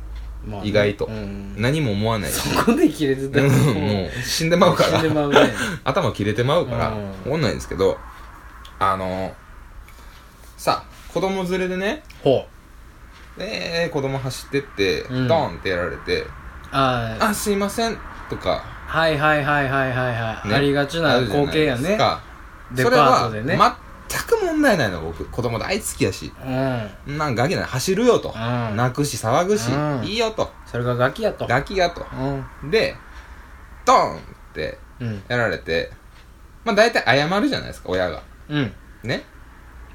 Speaker 3: まあね
Speaker 1: 意外と
Speaker 3: うん
Speaker 1: 何も思わないし
Speaker 3: そこで切れてた
Speaker 1: う
Speaker 3: ら
Speaker 1: ん
Speaker 3: もう
Speaker 1: もう死んでまうか
Speaker 3: 死ん
Speaker 1: ら
Speaker 3: で (laughs)
Speaker 1: (laughs)
Speaker 3: まうね
Speaker 1: 頭切れてまうから
Speaker 3: うん
Speaker 1: 思んないんですけどあのさ子供連れでね
Speaker 3: ほう
Speaker 1: えー、子供走ってって、
Speaker 3: うん
Speaker 1: ドーンってやられて「
Speaker 3: あー
Speaker 1: あすいません」とか
Speaker 3: はいはいはいはいはいはい、
Speaker 1: ね
Speaker 3: ありがちな光景や
Speaker 1: あるじ
Speaker 3: ね
Speaker 1: ゃないですかそ
Speaker 3: デパ
Speaker 1: れ
Speaker 3: ー
Speaker 1: は
Speaker 3: トでね
Speaker 1: 全く問題ないの僕子供大好きやし
Speaker 3: うん
Speaker 1: なんかガキなら走るよと、
Speaker 3: ん
Speaker 1: 泣くし騒ぐし、
Speaker 3: うん
Speaker 1: いいよと
Speaker 3: それがガキやと
Speaker 1: ガキがと
Speaker 3: うん
Speaker 1: でドーンって
Speaker 3: うん
Speaker 1: やられてまあ大体謝るじゃないですか親が
Speaker 3: うん
Speaker 1: ね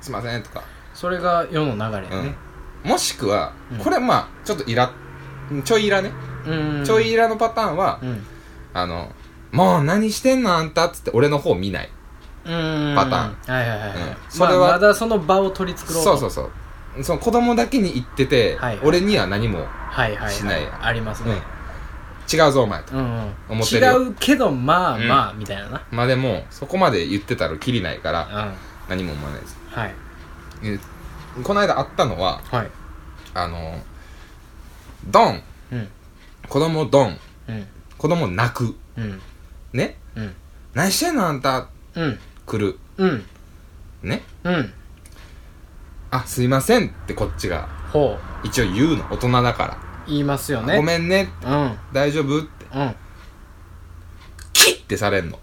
Speaker 1: すいませんとか、
Speaker 3: それが世の流れやね
Speaker 1: うん、もしくは、
Speaker 3: うん
Speaker 1: これまあちょっとイラちょいイラね、
Speaker 3: うん
Speaker 1: ちょいイラのパターンは、
Speaker 3: うん
Speaker 1: あのもう何してんのあんたっつって俺の方見ない
Speaker 3: うん
Speaker 1: パタ
Speaker 3: ーンはいはいはいはい、
Speaker 1: うんそれは
Speaker 3: まあ、まだその場を取り繕う
Speaker 1: そうそううそうその子供だけに言ってて、
Speaker 3: はいはい
Speaker 1: 俺には何も
Speaker 3: はいはい、はい、
Speaker 1: しない
Speaker 3: ありますね、
Speaker 1: 違うぞお前と
Speaker 3: うんうん
Speaker 1: 思ってるよ
Speaker 3: 違うけどまあ
Speaker 1: うん
Speaker 3: まあ、みたいなな
Speaker 1: まあでもそこまで言ってたらきりないから
Speaker 3: う
Speaker 1: 何も思わないです
Speaker 3: んはい
Speaker 1: えこの間あったのは
Speaker 3: はい
Speaker 1: あのドン
Speaker 3: うん
Speaker 1: 子供ドン
Speaker 3: うん
Speaker 1: 子供泣く
Speaker 3: うん
Speaker 1: ね
Speaker 3: うん
Speaker 1: 何してんのあんた
Speaker 3: うん
Speaker 1: 来る
Speaker 3: うん
Speaker 1: ね
Speaker 3: うん
Speaker 1: あすいませんってこっちが
Speaker 3: ほう
Speaker 1: 一応言うの大人だか
Speaker 3: 言いますよ
Speaker 1: ら、
Speaker 3: ね
Speaker 1: ごめんね
Speaker 3: うん
Speaker 1: 大丈夫って
Speaker 3: うん
Speaker 1: キッてされんの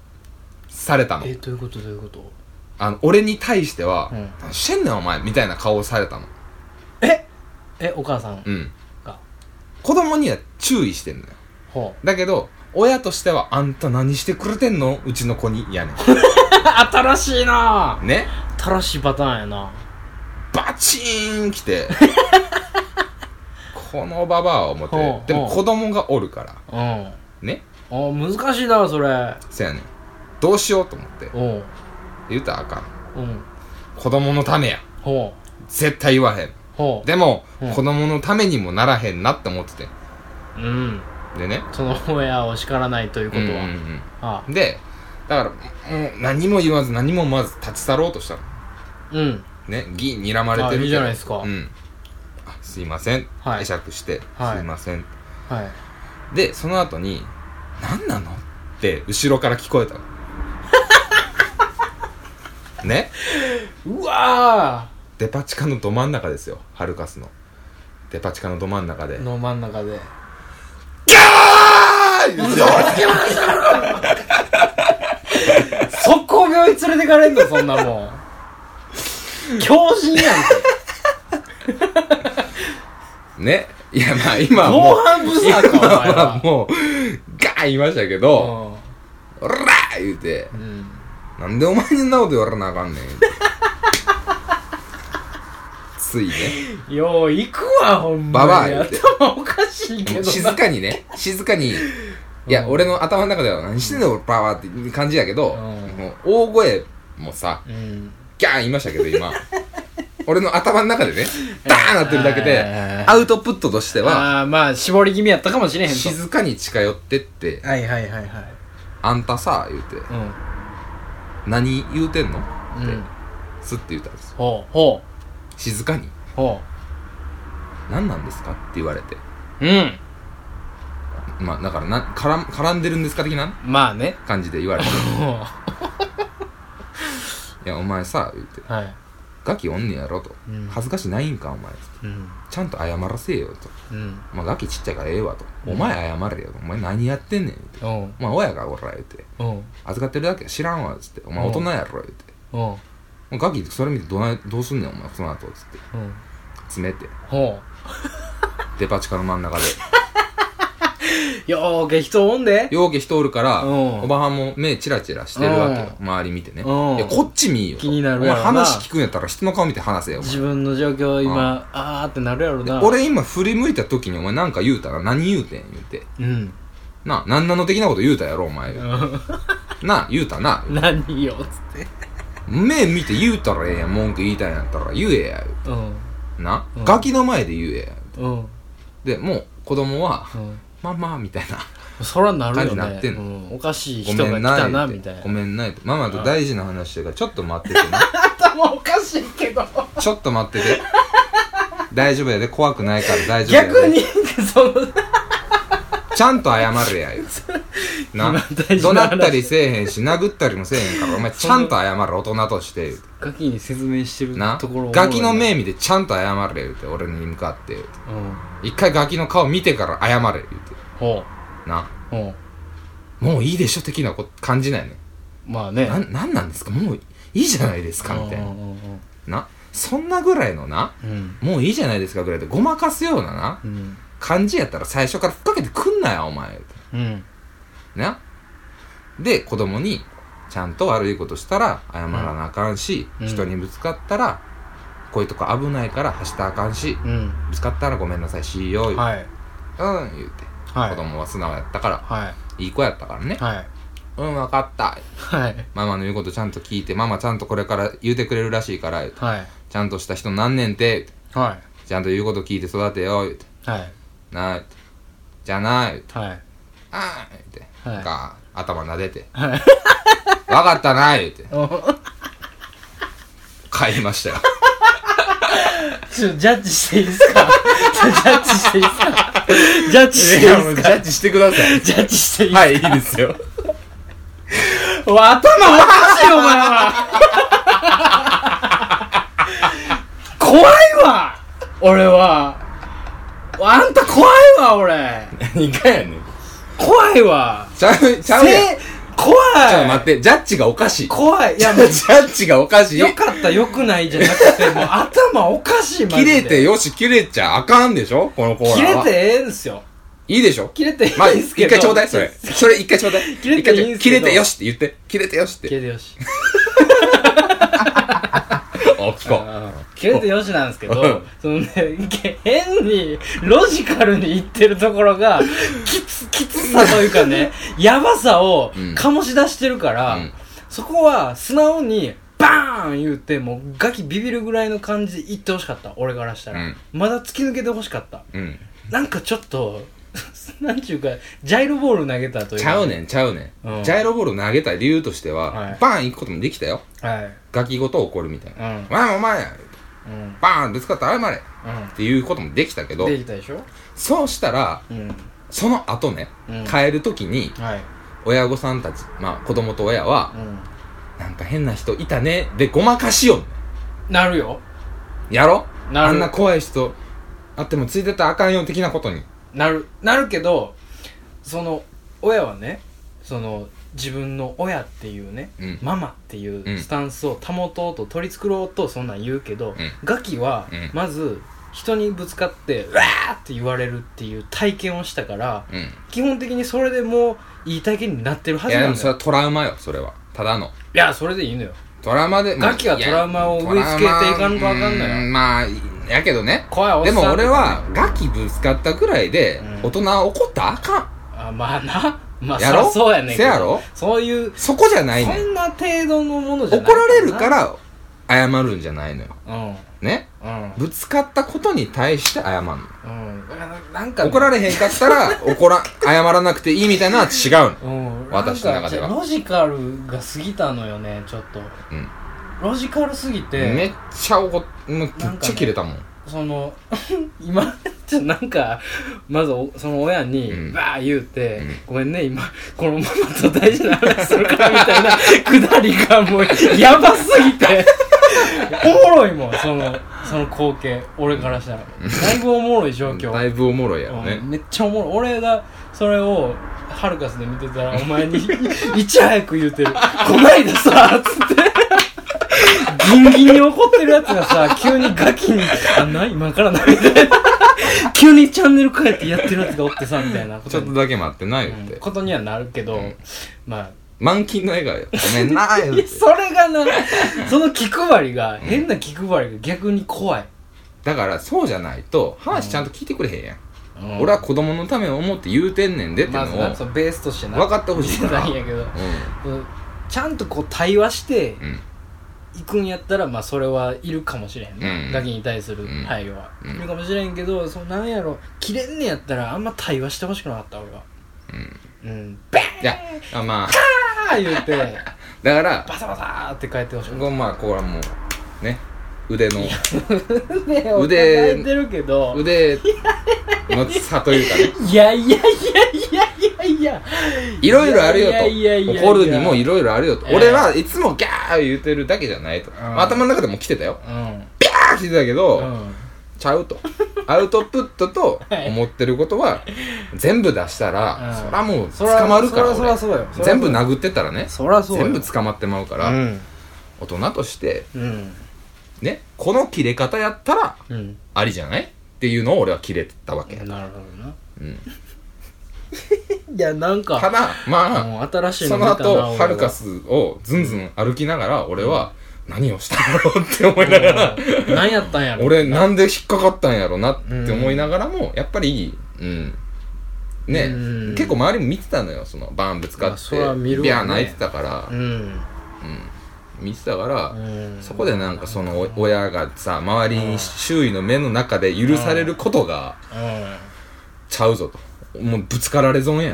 Speaker 1: されたの
Speaker 3: えどういうことどういうこと
Speaker 1: あの俺に対しては
Speaker 3: うん
Speaker 1: 「何してんねんお前」みたいな顔をされたの
Speaker 3: ええお母さん
Speaker 1: うん
Speaker 3: が
Speaker 1: 子供には注意してんのよ
Speaker 3: ほう (laughs)
Speaker 1: だけど親としては「あんた何してくれてんのうちの子に」やね
Speaker 3: 新しいなん
Speaker 1: ね
Speaker 3: 新しいパターンやな
Speaker 1: バチーン来
Speaker 3: (laughs)
Speaker 1: てこのババアを思って
Speaker 3: ほう
Speaker 1: でも
Speaker 3: ほ
Speaker 1: 子供がおるから
Speaker 3: うん
Speaker 1: ね
Speaker 3: あ難しいなそれ
Speaker 1: せやねんどうしようと思って
Speaker 3: おう
Speaker 1: 言うたらあかん
Speaker 3: うん
Speaker 1: 子供のためや
Speaker 3: ほ
Speaker 1: 絶対言わへん
Speaker 3: うほ
Speaker 1: でも、
Speaker 3: うん
Speaker 1: 子供のためにもならへんなって思ってて
Speaker 3: ううん
Speaker 1: でね
Speaker 3: その親を叱らないということは、
Speaker 1: うんうん
Speaker 3: あ
Speaker 1: うんでだからもう何も言わず何もまず立ち去ろうとしたの
Speaker 3: うん
Speaker 1: ねギー睨まれてるけど
Speaker 3: あいいじゃないですか
Speaker 1: うんあすいません、
Speaker 3: はい
Speaker 1: 会釈して、
Speaker 3: はい
Speaker 1: すいません
Speaker 3: はい
Speaker 1: でその後に「何なの?」って後ろから聞こえたの (laughs) ね
Speaker 3: うわ
Speaker 1: デパ地下のど真ん中ですよハルカスのデパ地下のど真ん中で
Speaker 3: ーの真ん中で
Speaker 1: あー言うて
Speaker 3: 速攻病院連れてかれんのそんなも
Speaker 1: (laughs)
Speaker 3: ん強心やんけ
Speaker 1: ねいやまあ今はも
Speaker 3: 防
Speaker 1: う
Speaker 3: 犯ブ
Speaker 1: 今
Speaker 3: ザーかお前
Speaker 1: は
Speaker 3: は
Speaker 1: もうガーン言いましたけど「おらー!」言うて
Speaker 3: うんうん
Speaker 1: 「なんでお前にそんなこと言われなあかんねん言うて」ついね
Speaker 3: よう行くわほんまに
Speaker 1: ババア言うて
Speaker 3: 頭おかしいけどな
Speaker 1: 静かにね、静かに、いや、俺の頭の中では何してんだよ、パワーって感じやけど、
Speaker 3: うん
Speaker 1: もう大声もさ、
Speaker 3: うん
Speaker 1: ギャーン言いましたけど、
Speaker 3: (laughs)
Speaker 1: 今。俺の頭の中でね、ダーンなってるだけで
Speaker 3: え、ー
Speaker 1: アウトプットとしては、
Speaker 3: ああまあ絞り気味やったかもしれへんと
Speaker 1: 静かに近寄ってって、
Speaker 3: はいはいはいはい
Speaker 1: あんたさ、言うて、
Speaker 3: う
Speaker 1: 何言うてんの
Speaker 3: んうん
Speaker 1: すって言ったんですよ。
Speaker 3: ほうほ
Speaker 1: 静かに、
Speaker 3: うほ
Speaker 1: 何なんですかって言われて。
Speaker 3: ううん
Speaker 1: まあ、だからな絡ん、絡んでるんですか的な
Speaker 3: まあね
Speaker 1: 感じで言
Speaker 3: (laughs)
Speaker 1: われて、
Speaker 3: はい
Speaker 1: や、お前さ、言うて、
Speaker 3: い
Speaker 1: ガキおんねやろと
Speaker 3: うん。
Speaker 1: 恥ずかしないんか、お前。
Speaker 3: うん
Speaker 1: ちゃんと謝らせよと。
Speaker 3: うん
Speaker 1: まあ、ガキちっちゃいからええわと。お前謝れよ。お前何やってんねん。言うて
Speaker 3: うん
Speaker 1: お前親がおら言うて。
Speaker 3: うん
Speaker 1: 預かってるだけや知らんわ。つって。お前
Speaker 3: う
Speaker 1: 大
Speaker 3: ん
Speaker 1: 人やろ。言うて。
Speaker 3: うん
Speaker 1: もうガキそれ見てどないどうすんねん。お前その後。つって。
Speaker 3: うん
Speaker 1: 詰めて。
Speaker 3: ほ
Speaker 1: デパ地下の真ん
Speaker 3: (laughs)
Speaker 1: 中で。
Speaker 3: うよう激闘おんで
Speaker 1: ようけ人おるから、
Speaker 3: うん
Speaker 1: おばはんも目チラチラしてるわけよ。周り見てね。い
Speaker 3: うん
Speaker 1: や、こっち見いよ。
Speaker 3: 気になるや
Speaker 1: お
Speaker 3: ろ
Speaker 1: 前
Speaker 3: な
Speaker 1: 話聞くんやったら人の顔見て話せよ。お前
Speaker 3: 自分の状況
Speaker 1: う
Speaker 3: 今あーってなるやろ
Speaker 1: で
Speaker 3: な
Speaker 1: 俺今振り向いた時にお前なんか言うたら何言うてん言うて。
Speaker 3: うん
Speaker 1: なあ、なんなの的なこと言うたやろ、お前。なあ、言うたな。
Speaker 3: (laughs) 何よつって
Speaker 1: 目見て言うたらええやん文句言いたいんやったら言えや
Speaker 3: うん
Speaker 1: な、
Speaker 3: うん
Speaker 1: ガキの前で言えや
Speaker 3: うん
Speaker 1: でもう子供
Speaker 3: (laughs)
Speaker 1: は
Speaker 3: うん
Speaker 1: 「ママ」みたいな
Speaker 3: そらなるよ
Speaker 1: 感じな
Speaker 3: ね
Speaker 1: ってんの
Speaker 3: うんおかし
Speaker 1: 「
Speaker 3: い人が来たな
Speaker 1: 言う
Speaker 3: み
Speaker 1: て
Speaker 3: たい
Speaker 1: ご
Speaker 3: な
Speaker 1: めんない」って「ママと大事な
Speaker 3: (laughs)
Speaker 1: 話してるからちょっと待っててな
Speaker 3: 頭おかしいけど
Speaker 1: ちょっと待ってて」大丈夫やで怖くないから大丈夫やで
Speaker 3: 逆に、その、
Speaker 1: ちゃんと謝れや
Speaker 3: (laughs)
Speaker 1: よな
Speaker 3: 今大事
Speaker 1: 怒
Speaker 3: な
Speaker 1: 鳴
Speaker 3: 話
Speaker 1: ったりせえへんし殴ったりもせえへんからお前ちゃんと謝れ大人として言うて
Speaker 3: ガキに説明してる
Speaker 1: な
Speaker 3: ところ
Speaker 1: ガキの目見てちゃんと謝れ言うて俺に向かって言うて
Speaker 3: うん。
Speaker 1: 一回ガキの顔見てから謝れ言うて
Speaker 3: ほ
Speaker 1: な
Speaker 3: う。ほう。
Speaker 1: もういいでしょ的なこ感じないね
Speaker 3: まあね。
Speaker 1: ななんなんですかもういいじゃないですかみたい
Speaker 3: う
Speaker 1: な
Speaker 3: んうんうん
Speaker 1: なそんなぐらいのな
Speaker 3: うん。
Speaker 1: もういいじゃないですかぐらいでごまかすようなな
Speaker 3: うん。
Speaker 1: 感じやったら最初からふっかけてくんなよお前言うて
Speaker 3: うん。
Speaker 1: なで子供にちゃんと悪いことしたら謝らなあかんし、
Speaker 3: うん
Speaker 1: 人にぶつかったらこういうとこ危ないから走ったらあかんし、
Speaker 3: うん。
Speaker 1: ぶつかったらごめんなさいしよう、
Speaker 3: はい。
Speaker 1: うん言うて、
Speaker 3: はい
Speaker 1: 子。供は素直やったから
Speaker 3: はい。
Speaker 1: いい子やったからね、
Speaker 3: はい。
Speaker 1: うん分かった
Speaker 3: はい。
Speaker 1: ママの言うことちゃんと聞いてママちゃんとこれから言うてくれるらしいから言うて
Speaker 3: はい。
Speaker 1: ちゃんとした人なんねんて
Speaker 3: は
Speaker 1: ちゃんと言うこと聞いて育てよう言うて
Speaker 3: い。はい。
Speaker 1: なあ言うてじゃあなあ言うて
Speaker 3: はい。
Speaker 1: ああ言うて、
Speaker 3: はい
Speaker 1: が頭撫でて (laughs)
Speaker 3: はい。
Speaker 1: 分かったな言うて
Speaker 3: お
Speaker 1: 帰りましたよ
Speaker 3: ちょ、ジャッジしていいです (laughs) かちょジャッジしていいですかジャッジしていい
Speaker 1: (laughs) いやもう
Speaker 3: です
Speaker 1: ジ
Speaker 3: か
Speaker 1: ャッジしてください。
Speaker 3: ジャッジしていいですか
Speaker 1: (laughs) はい、いいですよ。
Speaker 3: お前頭おかしいよお前は怖いわ俺はあんた怖いわ俺
Speaker 1: 何がやねん。
Speaker 3: 怖いわ
Speaker 1: ちゃう、ちゃうやん。ち
Speaker 3: せ怖い
Speaker 1: ょっと待って、ジャッジがおかしい。
Speaker 3: 怖いい
Speaker 1: ジ
Speaker 3: や
Speaker 1: ャ (laughs)
Speaker 3: もう
Speaker 1: ッジがおかしい。
Speaker 3: よかったよくないじゃなくてもう頭おかしいマジ
Speaker 1: 切
Speaker 3: で
Speaker 1: れてよし、切れちゃあかんでしょこのコーナ
Speaker 3: 切
Speaker 1: ー
Speaker 3: れ
Speaker 1: は。
Speaker 3: てええんすよ
Speaker 1: いいでしょ
Speaker 3: 切れていい
Speaker 1: まあ、
Speaker 3: ですけ
Speaker 1: 一
Speaker 3: ど
Speaker 1: 回ちょうだい、それ。それ一回ちょうだい。
Speaker 3: 切れていいんすけ
Speaker 1: 切
Speaker 3: ど
Speaker 1: れてよしって言って。切れてよしっ
Speaker 3: 切
Speaker 1: て。
Speaker 3: れてよし
Speaker 1: お、聞こう。
Speaker 3: 切れてよしなんですけ
Speaker 1: う
Speaker 3: ど
Speaker 1: ん、
Speaker 3: そのね、変に、ロジカルに言ってるところが、きつ、きつさというか
Speaker 1: (laughs)
Speaker 3: ね、やばさを
Speaker 1: ん
Speaker 3: 醸し出してるから、
Speaker 1: うん
Speaker 3: そこは素直に、バーン言うて、もうガキビビるぐらいの感じで言ってほしかった、俺からしたら。
Speaker 1: うん
Speaker 3: まだ突き抜けてほしかった。
Speaker 1: うん。
Speaker 3: なんかちょっと、 (laughs) なんちゅうか、ジャイロボール投げたという
Speaker 1: ち
Speaker 3: か。
Speaker 1: ゃうねん、ちゃうね
Speaker 3: うん
Speaker 1: ん。ジャイロボール投げた理由として
Speaker 3: は、
Speaker 1: はいバーン行くこともできたよ。
Speaker 3: はい。
Speaker 1: ガキごと怒るみたいな
Speaker 3: うん。
Speaker 1: お前お前や
Speaker 3: うん。
Speaker 1: バーンぶつかった謝れっていうこともできたけ
Speaker 3: う
Speaker 1: ど
Speaker 3: ん。、できたでしょ
Speaker 1: そうしたら、
Speaker 3: うん。
Speaker 1: その後ね、
Speaker 3: うん
Speaker 1: 帰る時に、
Speaker 3: はい。
Speaker 1: 親御さんたち、まあ子供と親は
Speaker 3: う、ん。
Speaker 1: なんか変な人いたね、でごまかしよん。
Speaker 3: なるよ。
Speaker 1: やろ
Speaker 3: なる
Speaker 1: あんな怖い人あってもついてたらあかんよ的なことに。
Speaker 3: なるなるけどその親はねその自分の親っていうね、
Speaker 1: うん
Speaker 3: ママっていうんうスタンスを保とうと取り繕おうとそんなん言うけど、ガキは
Speaker 1: うん
Speaker 3: まず人にぶつかって「うわー!」って言われるっていう体験をしたから
Speaker 1: うん。
Speaker 3: 基本的にそれでもういい体験になってるはいず
Speaker 1: や、
Speaker 3: な
Speaker 1: で
Speaker 3: ん
Speaker 1: も
Speaker 3: だ
Speaker 1: それ
Speaker 3: よ
Speaker 1: はトラウマよ、それは。ただの。
Speaker 3: いやそれでいいのよ
Speaker 1: トラウマで、
Speaker 3: ガキはトラウマを植え付けていかんとあかんのよ
Speaker 1: トラウマうまあ、やけどね。
Speaker 3: 怖いおっ
Speaker 1: で
Speaker 3: さん
Speaker 1: も俺
Speaker 3: と
Speaker 1: は
Speaker 3: かね、
Speaker 1: ガキぶつかったくらいで、
Speaker 3: うん
Speaker 1: 大人は怒ったらあかん。
Speaker 3: あまあなまあ
Speaker 1: や
Speaker 3: そりゃ
Speaker 1: ろ
Speaker 3: そうやねんけど
Speaker 1: せやろ
Speaker 3: そういう
Speaker 1: そこじゃない
Speaker 3: そ
Speaker 1: ねん。
Speaker 3: んな程度のものじゃない
Speaker 1: 怒られるから、謝るんじゃないのよ。
Speaker 3: うん
Speaker 1: ね
Speaker 3: うん
Speaker 1: ぶつかったことに対して謝んの。
Speaker 3: うんなんかね
Speaker 1: 怒られへんかったら、怒ら、謝らなくていいみたいなのは違うの。
Speaker 3: うん、
Speaker 1: 私の中では
Speaker 3: なんかロジカルが過ぎたのよねちょっと
Speaker 1: うん。
Speaker 3: ロジカルすぎて、
Speaker 1: めっちゃ怒っ、もうぶっちゃ切れたもん。
Speaker 3: その (laughs) 今ちょなんかまずおその親に
Speaker 1: うん
Speaker 3: バー言うて、
Speaker 1: うん
Speaker 3: ごめんね今このママと大事な話するからみたいな (laughs) くだりがもうやばすぎておもろいもんそのその光景俺からしたらだいぶおもろい状況
Speaker 1: だいぶおもろいやろね
Speaker 3: うん。めっちゃおもろい俺がそれをハルカスで見てたらお前に (laughs) いち早く言うてる「こないださ」っつってギンギンに怒ってるやつがさ急にガキに「あな今からな」みたいな急にチャンネル変えてやってるやつがおってさみたいなこ
Speaker 1: ち
Speaker 3: と
Speaker 1: ょっと
Speaker 3: に,、
Speaker 1: だけ待ってないっ
Speaker 3: うん
Speaker 1: て。
Speaker 3: ことにはなるけど、まあ
Speaker 1: 満勤の笑顔よ。ごめんなー
Speaker 3: (laughs) いや
Speaker 1: よ。
Speaker 3: それがなその気配りが変な気配りが逆に怖い、
Speaker 1: だから、そうじゃないと、話ちゃんと聞いてくれへんやん。
Speaker 3: うん
Speaker 1: 俺は子供のためを思って言うてんねんでって
Speaker 3: ま
Speaker 1: の
Speaker 3: ず
Speaker 1: を、
Speaker 3: なそのベースとしてな
Speaker 1: 分かってほしいから
Speaker 3: 見てたんやけど、
Speaker 1: う
Speaker 3: うんちゃんとこう対話して
Speaker 1: ん。うん。
Speaker 3: 行くんやったらまあそれはいるかもしれんね、
Speaker 1: うん
Speaker 3: ガキに対する
Speaker 1: うん
Speaker 3: 配慮は、
Speaker 1: うん
Speaker 3: いるかもしれんけどそのなんやろ切れんねやったらあんま対話してほしくなかった俺はうん、バ
Speaker 1: いや、あまあ、
Speaker 3: ー言うて (laughs)
Speaker 1: だから、
Speaker 3: バサバサーって帰ってほしくな
Speaker 1: まあ、これはもう、ね、腕の
Speaker 3: 腕を叩いてるけど
Speaker 1: 腕の差というかね
Speaker 3: いやいやいやいやいやいや
Speaker 1: いろいろあるよ
Speaker 3: いやいやいやいや
Speaker 1: と怒るにもいろいろあるよと
Speaker 3: ええ
Speaker 1: 俺はいつもギャー言うてるだけじゃないと、
Speaker 3: ん
Speaker 1: 頭の中でも来てたよ
Speaker 3: うん
Speaker 1: あー来てたけど、
Speaker 3: うん
Speaker 1: ちゃうとアウトプットと
Speaker 3: はい
Speaker 1: 思ってることは全部出したら、
Speaker 3: う
Speaker 1: そ
Speaker 3: ん
Speaker 1: らもう捕まるから俺
Speaker 3: そらそらそらそうよ
Speaker 1: 全部殴ってたらね
Speaker 3: そらそうよ
Speaker 1: 全部捕まってまうから、
Speaker 3: うん
Speaker 1: 大人として
Speaker 3: うん
Speaker 1: ねこの切れ方やったら
Speaker 3: うん
Speaker 1: ありじゃないっていうのを俺は切れたわけ、
Speaker 3: なるほどな
Speaker 1: うん、
Speaker 3: (laughs) いやなん
Speaker 1: た
Speaker 3: か
Speaker 1: だまあ、
Speaker 3: もう新しい
Speaker 1: その
Speaker 3: 見たな
Speaker 1: 後
Speaker 3: 俺
Speaker 1: ハルカスをずんずん歩きながら俺は何をしたんだろうって思いながら
Speaker 3: うん何やったんやろ
Speaker 1: 俺なんで引っかかったんやろなって思いながらも、やっぱりうんね、
Speaker 3: うん
Speaker 1: 結構周りも見てたのよそのバーンぶつか
Speaker 3: まあ
Speaker 1: っ
Speaker 3: そ
Speaker 1: て、
Speaker 3: れは見るわね
Speaker 1: ビャー泣いてたから、
Speaker 3: うん
Speaker 1: 見てたから、
Speaker 3: うん
Speaker 1: そこでなんかそのお親がさ周りに周囲の目の中で許されることが
Speaker 3: うん
Speaker 1: ちゃうぞともうぶつかられ損やん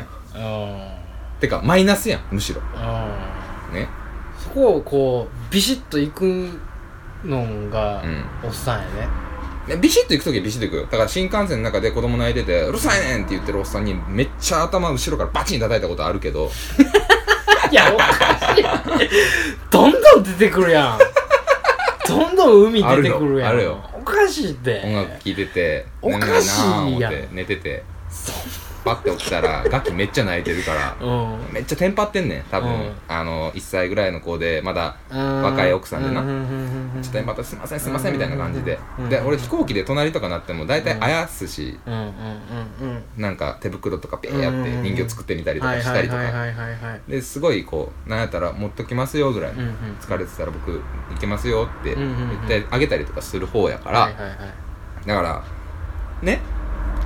Speaker 3: うん
Speaker 1: てかマイナスやんむしろ
Speaker 3: うん
Speaker 1: ね
Speaker 3: そこをこうビシッといくのが
Speaker 1: うん
Speaker 3: おっさんやね、
Speaker 1: ねビシッと行くときはビシッと行くよ。だから新幹線の中で子供泣いてて、うるさいねんって言ってるおっさんにめっちゃ頭後ろからバチン叩いたことあるけど、
Speaker 3: いやおかしいどんどん出てくるやんどんどん海出てくるやん
Speaker 1: あるよ
Speaker 3: おかしいって
Speaker 1: 音楽聴いてて、
Speaker 3: おかしいやん
Speaker 1: 眠なぁ思って寝てて、パッて起きたらガキめっちゃ泣いてるから、
Speaker 3: うん
Speaker 1: めっちゃテンパってんねん、多分。
Speaker 3: うん
Speaker 1: あの、1歳ぐらいの子で、まだ
Speaker 3: うん
Speaker 1: 若い奥さんでな。
Speaker 3: うんうんうん
Speaker 1: ちょっとテンパってすいませんすいませんみたいな感じで
Speaker 3: うん
Speaker 1: で俺飛行機で隣とかなっても大体あやすし
Speaker 3: うんうんうんうん
Speaker 1: なんか手袋とかペーやって人形作ってみたりと
Speaker 3: は
Speaker 1: か
Speaker 3: い
Speaker 1: し
Speaker 3: は
Speaker 1: た
Speaker 3: い
Speaker 1: りと
Speaker 3: はい
Speaker 1: か
Speaker 3: はいはいはい
Speaker 1: ですごいこうなんやったら持っときますよぐらい
Speaker 3: うんうん
Speaker 1: 疲れてたら僕行けますよって
Speaker 3: うんうんうん
Speaker 1: 言ってあげたりとかする方やから、
Speaker 3: はいはいはい
Speaker 1: だからね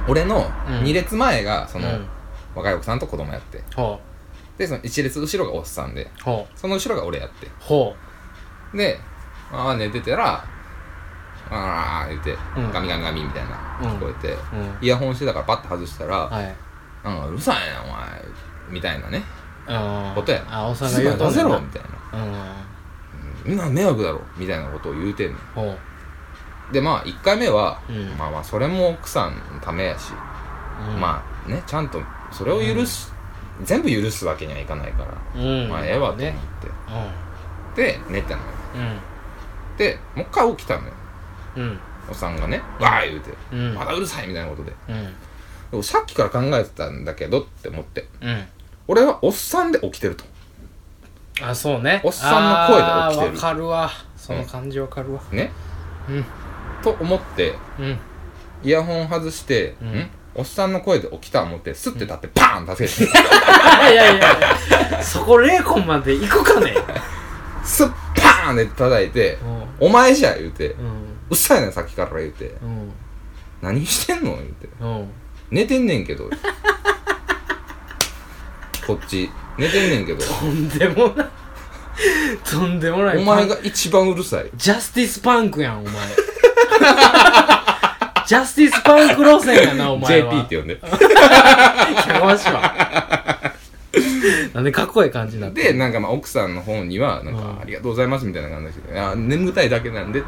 Speaker 1: 俺の
Speaker 3: うん
Speaker 1: 2列前がその、
Speaker 3: うん
Speaker 1: 若い奥さんと子供やって
Speaker 3: ほ
Speaker 1: でその1列後ろがおっさんで
Speaker 3: うほ
Speaker 1: その後ろが俺やって
Speaker 3: うほ
Speaker 1: でああ寝てたらああ言って、
Speaker 3: うん
Speaker 1: ガミガミガミみたいな
Speaker 3: うん
Speaker 1: 聞こえて、
Speaker 3: ううん
Speaker 1: イヤホンしてたからパッて外したら、
Speaker 3: はい
Speaker 1: なんかうるさいなお前みたいなね
Speaker 3: うん
Speaker 1: ことやな
Speaker 3: あおっさんが
Speaker 1: 静
Speaker 3: 言
Speaker 1: か
Speaker 3: う
Speaker 1: に
Speaker 3: と
Speaker 1: 出せ
Speaker 3: んねんな
Speaker 1: ろみたいな
Speaker 3: うん
Speaker 1: みんな迷惑だろみたいなことを言うてんの
Speaker 3: ほう
Speaker 1: でまあ1回目は、
Speaker 3: うん
Speaker 1: まあまあそれも奥さんのためやし、
Speaker 3: うん
Speaker 1: まあねちゃんとそれを許す、全部許すわけにはいかないから、
Speaker 3: うん
Speaker 1: まあええわと思って、で寝たのよ
Speaker 3: うん
Speaker 1: でもう一回起きたのよ
Speaker 3: うん
Speaker 1: おっさんがねわー言うて、
Speaker 3: うん
Speaker 1: まだうるさいみたいなことで
Speaker 3: うん
Speaker 1: でもさっきから考えてたんだけどって思って
Speaker 3: うん
Speaker 1: 俺はおっさんで起きてると
Speaker 3: あそうね
Speaker 1: おっさんの声で起きてる
Speaker 3: あーわかるわその感じわかるわ
Speaker 1: ね
Speaker 3: うん
Speaker 1: と思って
Speaker 3: うん (laughs)
Speaker 1: イヤホン外して、
Speaker 3: うん
Speaker 1: んおっさんの声で起きた思ってスッて立ってパーン助けて
Speaker 3: あいやいやい
Speaker 1: (laughs)
Speaker 3: やそこ0コまで行くかね
Speaker 1: スッパーンで叩いて「お前じゃ」言うて「う
Speaker 3: うん
Speaker 1: っさいねんさっきから」言うて
Speaker 3: うん
Speaker 1: 「何してんの?」言うて
Speaker 3: うん
Speaker 1: 寝てんねん
Speaker 3: (laughs)
Speaker 1: けどこっち寝てんねんけど
Speaker 3: とんでもないとんでもない
Speaker 1: お前が一番うるさい
Speaker 3: ジャスティスパンクやんお前 (laughs) ジャスティスパンク路線やなお前は
Speaker 1: JP って呼んで
Speaker 3: やかましいわなんでかっこいい感じになって
Speaker 1: でなんかまあ奥さんの方にはなんか、
Speaker 3: うん
Speaker 1: ありがとうございます」みたいな感じで「いや眠たいだけなんで」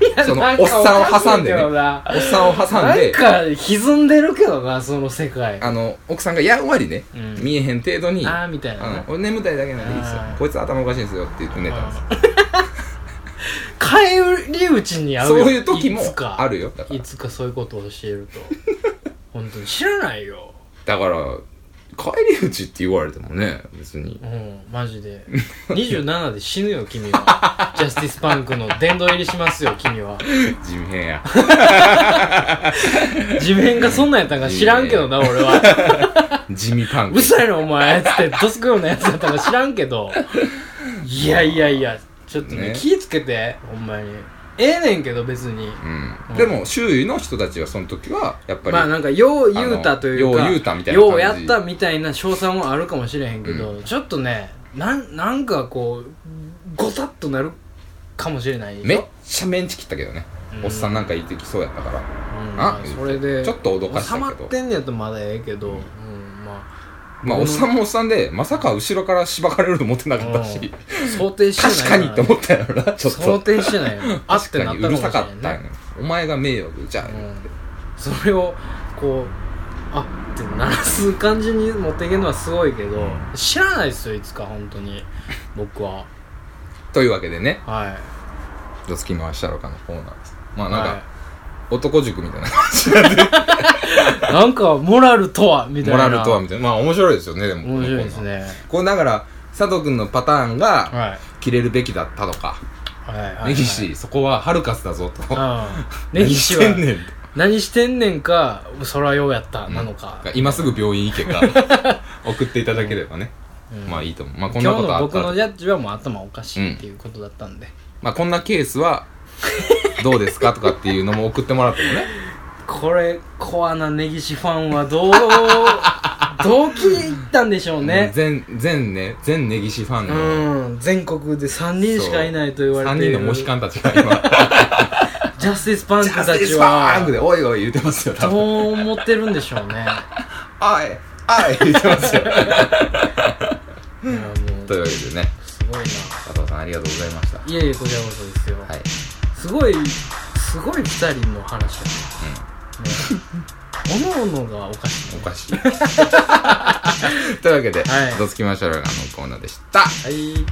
Speaker 3: いや
Speaker 1: その
Speaker 3: なんか
Speaker 1: おっさんを挟んでね
Speaker 3: おかしいけどな
Speaker 1: おっさんを挟ん
Speaker 3: なん
Speaker 1: で
Speaker 3: か歪んでるけどなその世界あ
Speaker 1: あの奥さんがやんわりね、
Speaker 3: うん
Speaker 1: 見えへん程度に
Speaker 3: ーみたいな
Speaker 1: あ
Speaker 3: な
Speaker 1: の俺眠たいだけなんでいいですよ
Speaker 3: あー
Speaker 1: こいつ頭おかしいんですよって言って寝たんですよ
Speaker 3: 返り討ちに会うよ
Speaker 1: そういう時も
Speaker 3: いつか
Speaker 1: あるよだから
Speaker 3: いつかそういうことを教え
Speaker 1: (laughs)
Speaker 3: ると本当に知らないよ
Speaker 1: だから帰り口って言われてもね別に
Speaker 3: うんマジ
Speaker 1: (laughs)
Speaker 3: で27で死ぬよ君はジャスティスパンクの殿堂入りしますよ君は
Speaker 1: 地味変や
Speaker 3: 自分がそんなんやったんか知らんけどな俺は
Speaker 1: 地味パン
Speaker 3: う
Speaker 1: ク
Speaker 3: るさいのお前っつってどすくようなやつだったか知らんけどいやいやいやちょっとね
Speaker 1: ね
Speaker 3: 気ぃつけてほんまにええねんけど別に
Speaker 1: うん、でも周囲の人たちはその時はやっぱり、
Speaker 3: まあなんかよう言うたというか
Speaker 1: あのよう言うたみたいな感じ
Speaker 3: ようやったみたいな称賛はあるかもしれへんけど、ちょっとねなんなんかこうごたっとなるかもしれないでしょ
Speaker 1: めっちゃメンチ切ったけどね、
Speaker 3: うん
Speaker 1: おっさんなんか言ってきそうやったから
Speaker 3: うん
Speaker 1: あ
Speaker 3: まあそれで
Speaker 1: ちょっと脅かしたけど
Speaker 3: 収まってんねやとまだええけど、うんまあ
Speaker 1: まあ、おっさんもおっさんで、まさか後ろからしばかれると思ってなかったし、
Speaker 3: 想定してない
Speaker 1: 確かにって思ったやろな、ちょっ
Speaker 3: 想
Speaker 1: と。
Speaker 3: 定してないよあっ
Speaker 1: (laughs) 確
Speaker 3: てな
Speaker 1: か
Speaker 3: っ
Speaker 1: に
Speaker 3: た
Speaker 1: う
Speaker 3: も
Speaker 1: る
Speaker 3: しれ
Speaker 1: さかっ
Speaker 3: ん
Speaker 1: た
Speaker 3: ね
Speaker 1: んやお前が迷惑じゃあ、
Speaker 3: それをこうあって鳴らす感じに持っていけるのはすごいけど、知らないですよいつか本当に僕は
Speaker 1: というわけでね、
Speaker 3: はい
Speaker 1: どつき回したろかのコーナーです。まあなんか、
Speaker 3: は
Speaker 1: 男塾みたいな。
Speaker 3: い、なんかモラルとはみたい
Speaker 1: モ
Speaker 3: な
Speaker 1: ラルとはみたいな。まあ面白いですよね、でも。
Speaker 3: 面白いですね
Speaker 1: これだから、佐藤くんのパターンが、
Speaker 3: はい
Speaker 1: 切れるべきだったとか、
Speaker 3: はいはい
Speaker 1: 根岸、そこはハルカスだぞと。
Speaker 3: うん根岸は
Speaker 1: 何してんねん
Speaker 3: 何してんねんかそらようやったなのか、
Speaker 1: 今すぐ病院行けか
Speaker 3: (laughs)
Speaker 1: 送っていただければね、まあいいと思うまあこんな
Speaker 3: 今
Speaker 1: こ
Speaker 3: 日
Speaker 1: と
Speaker 3: の
Speaker 1: あった
Speaker 3: 僕
Speaker 1: ら
Speaker 3: のジャッジはもう頭おかしいっていうことだったんで、
Speaker 1: まあこんなケースはどうですかとかっていうのも送ってもらってもね
Speaker 3: これコアな根岸ファンは
Speaker 1: (laughs)
Speaker 3: どうどう聞いたんでしょうね、
Speaker 1: 全全ね全根岸ファンの、
Speaker 3: うん、全国で3人しかいないと言われてい
Speaker 1: 3
Speaker 3: る
Speaker 1: 人のモヒカンたちが今
Speaker 3: ジャスティスパンク
Speaker 1: 「
Speaker 3: た
Speaker 1: ジャスティ
Speaker 3: ち
Speaker 1: スパンクで
Speaker 3: は
Speaker 1: おいおい言うてますよ多
Speaker 3: ど
Speaker 1: 分
Speaker 3: う思ってるんでしょうね
Speaker 1: おいおい言うてますよ
Speaker 3: いやもう
Speaker 1: というわけでね
Speaker 3: すごいな
Speaker 1: 佐藤さんありがとうございました
Speaker 3: いえいえこちらこそですよ、
Speaker 1: はい
Speaker 3: すごいすごい2人の話だね,、ね (laughs) おのおのがおかしい
Speaker 1: お
Speaker 3: ね
Speaker 1: か
Speaker 3: (laughs)
Speaker 1: しいというわけで
Speaker 3: はい
Speaker 1: 「どつきましょう」のコーナーでした
Speaker 3: はい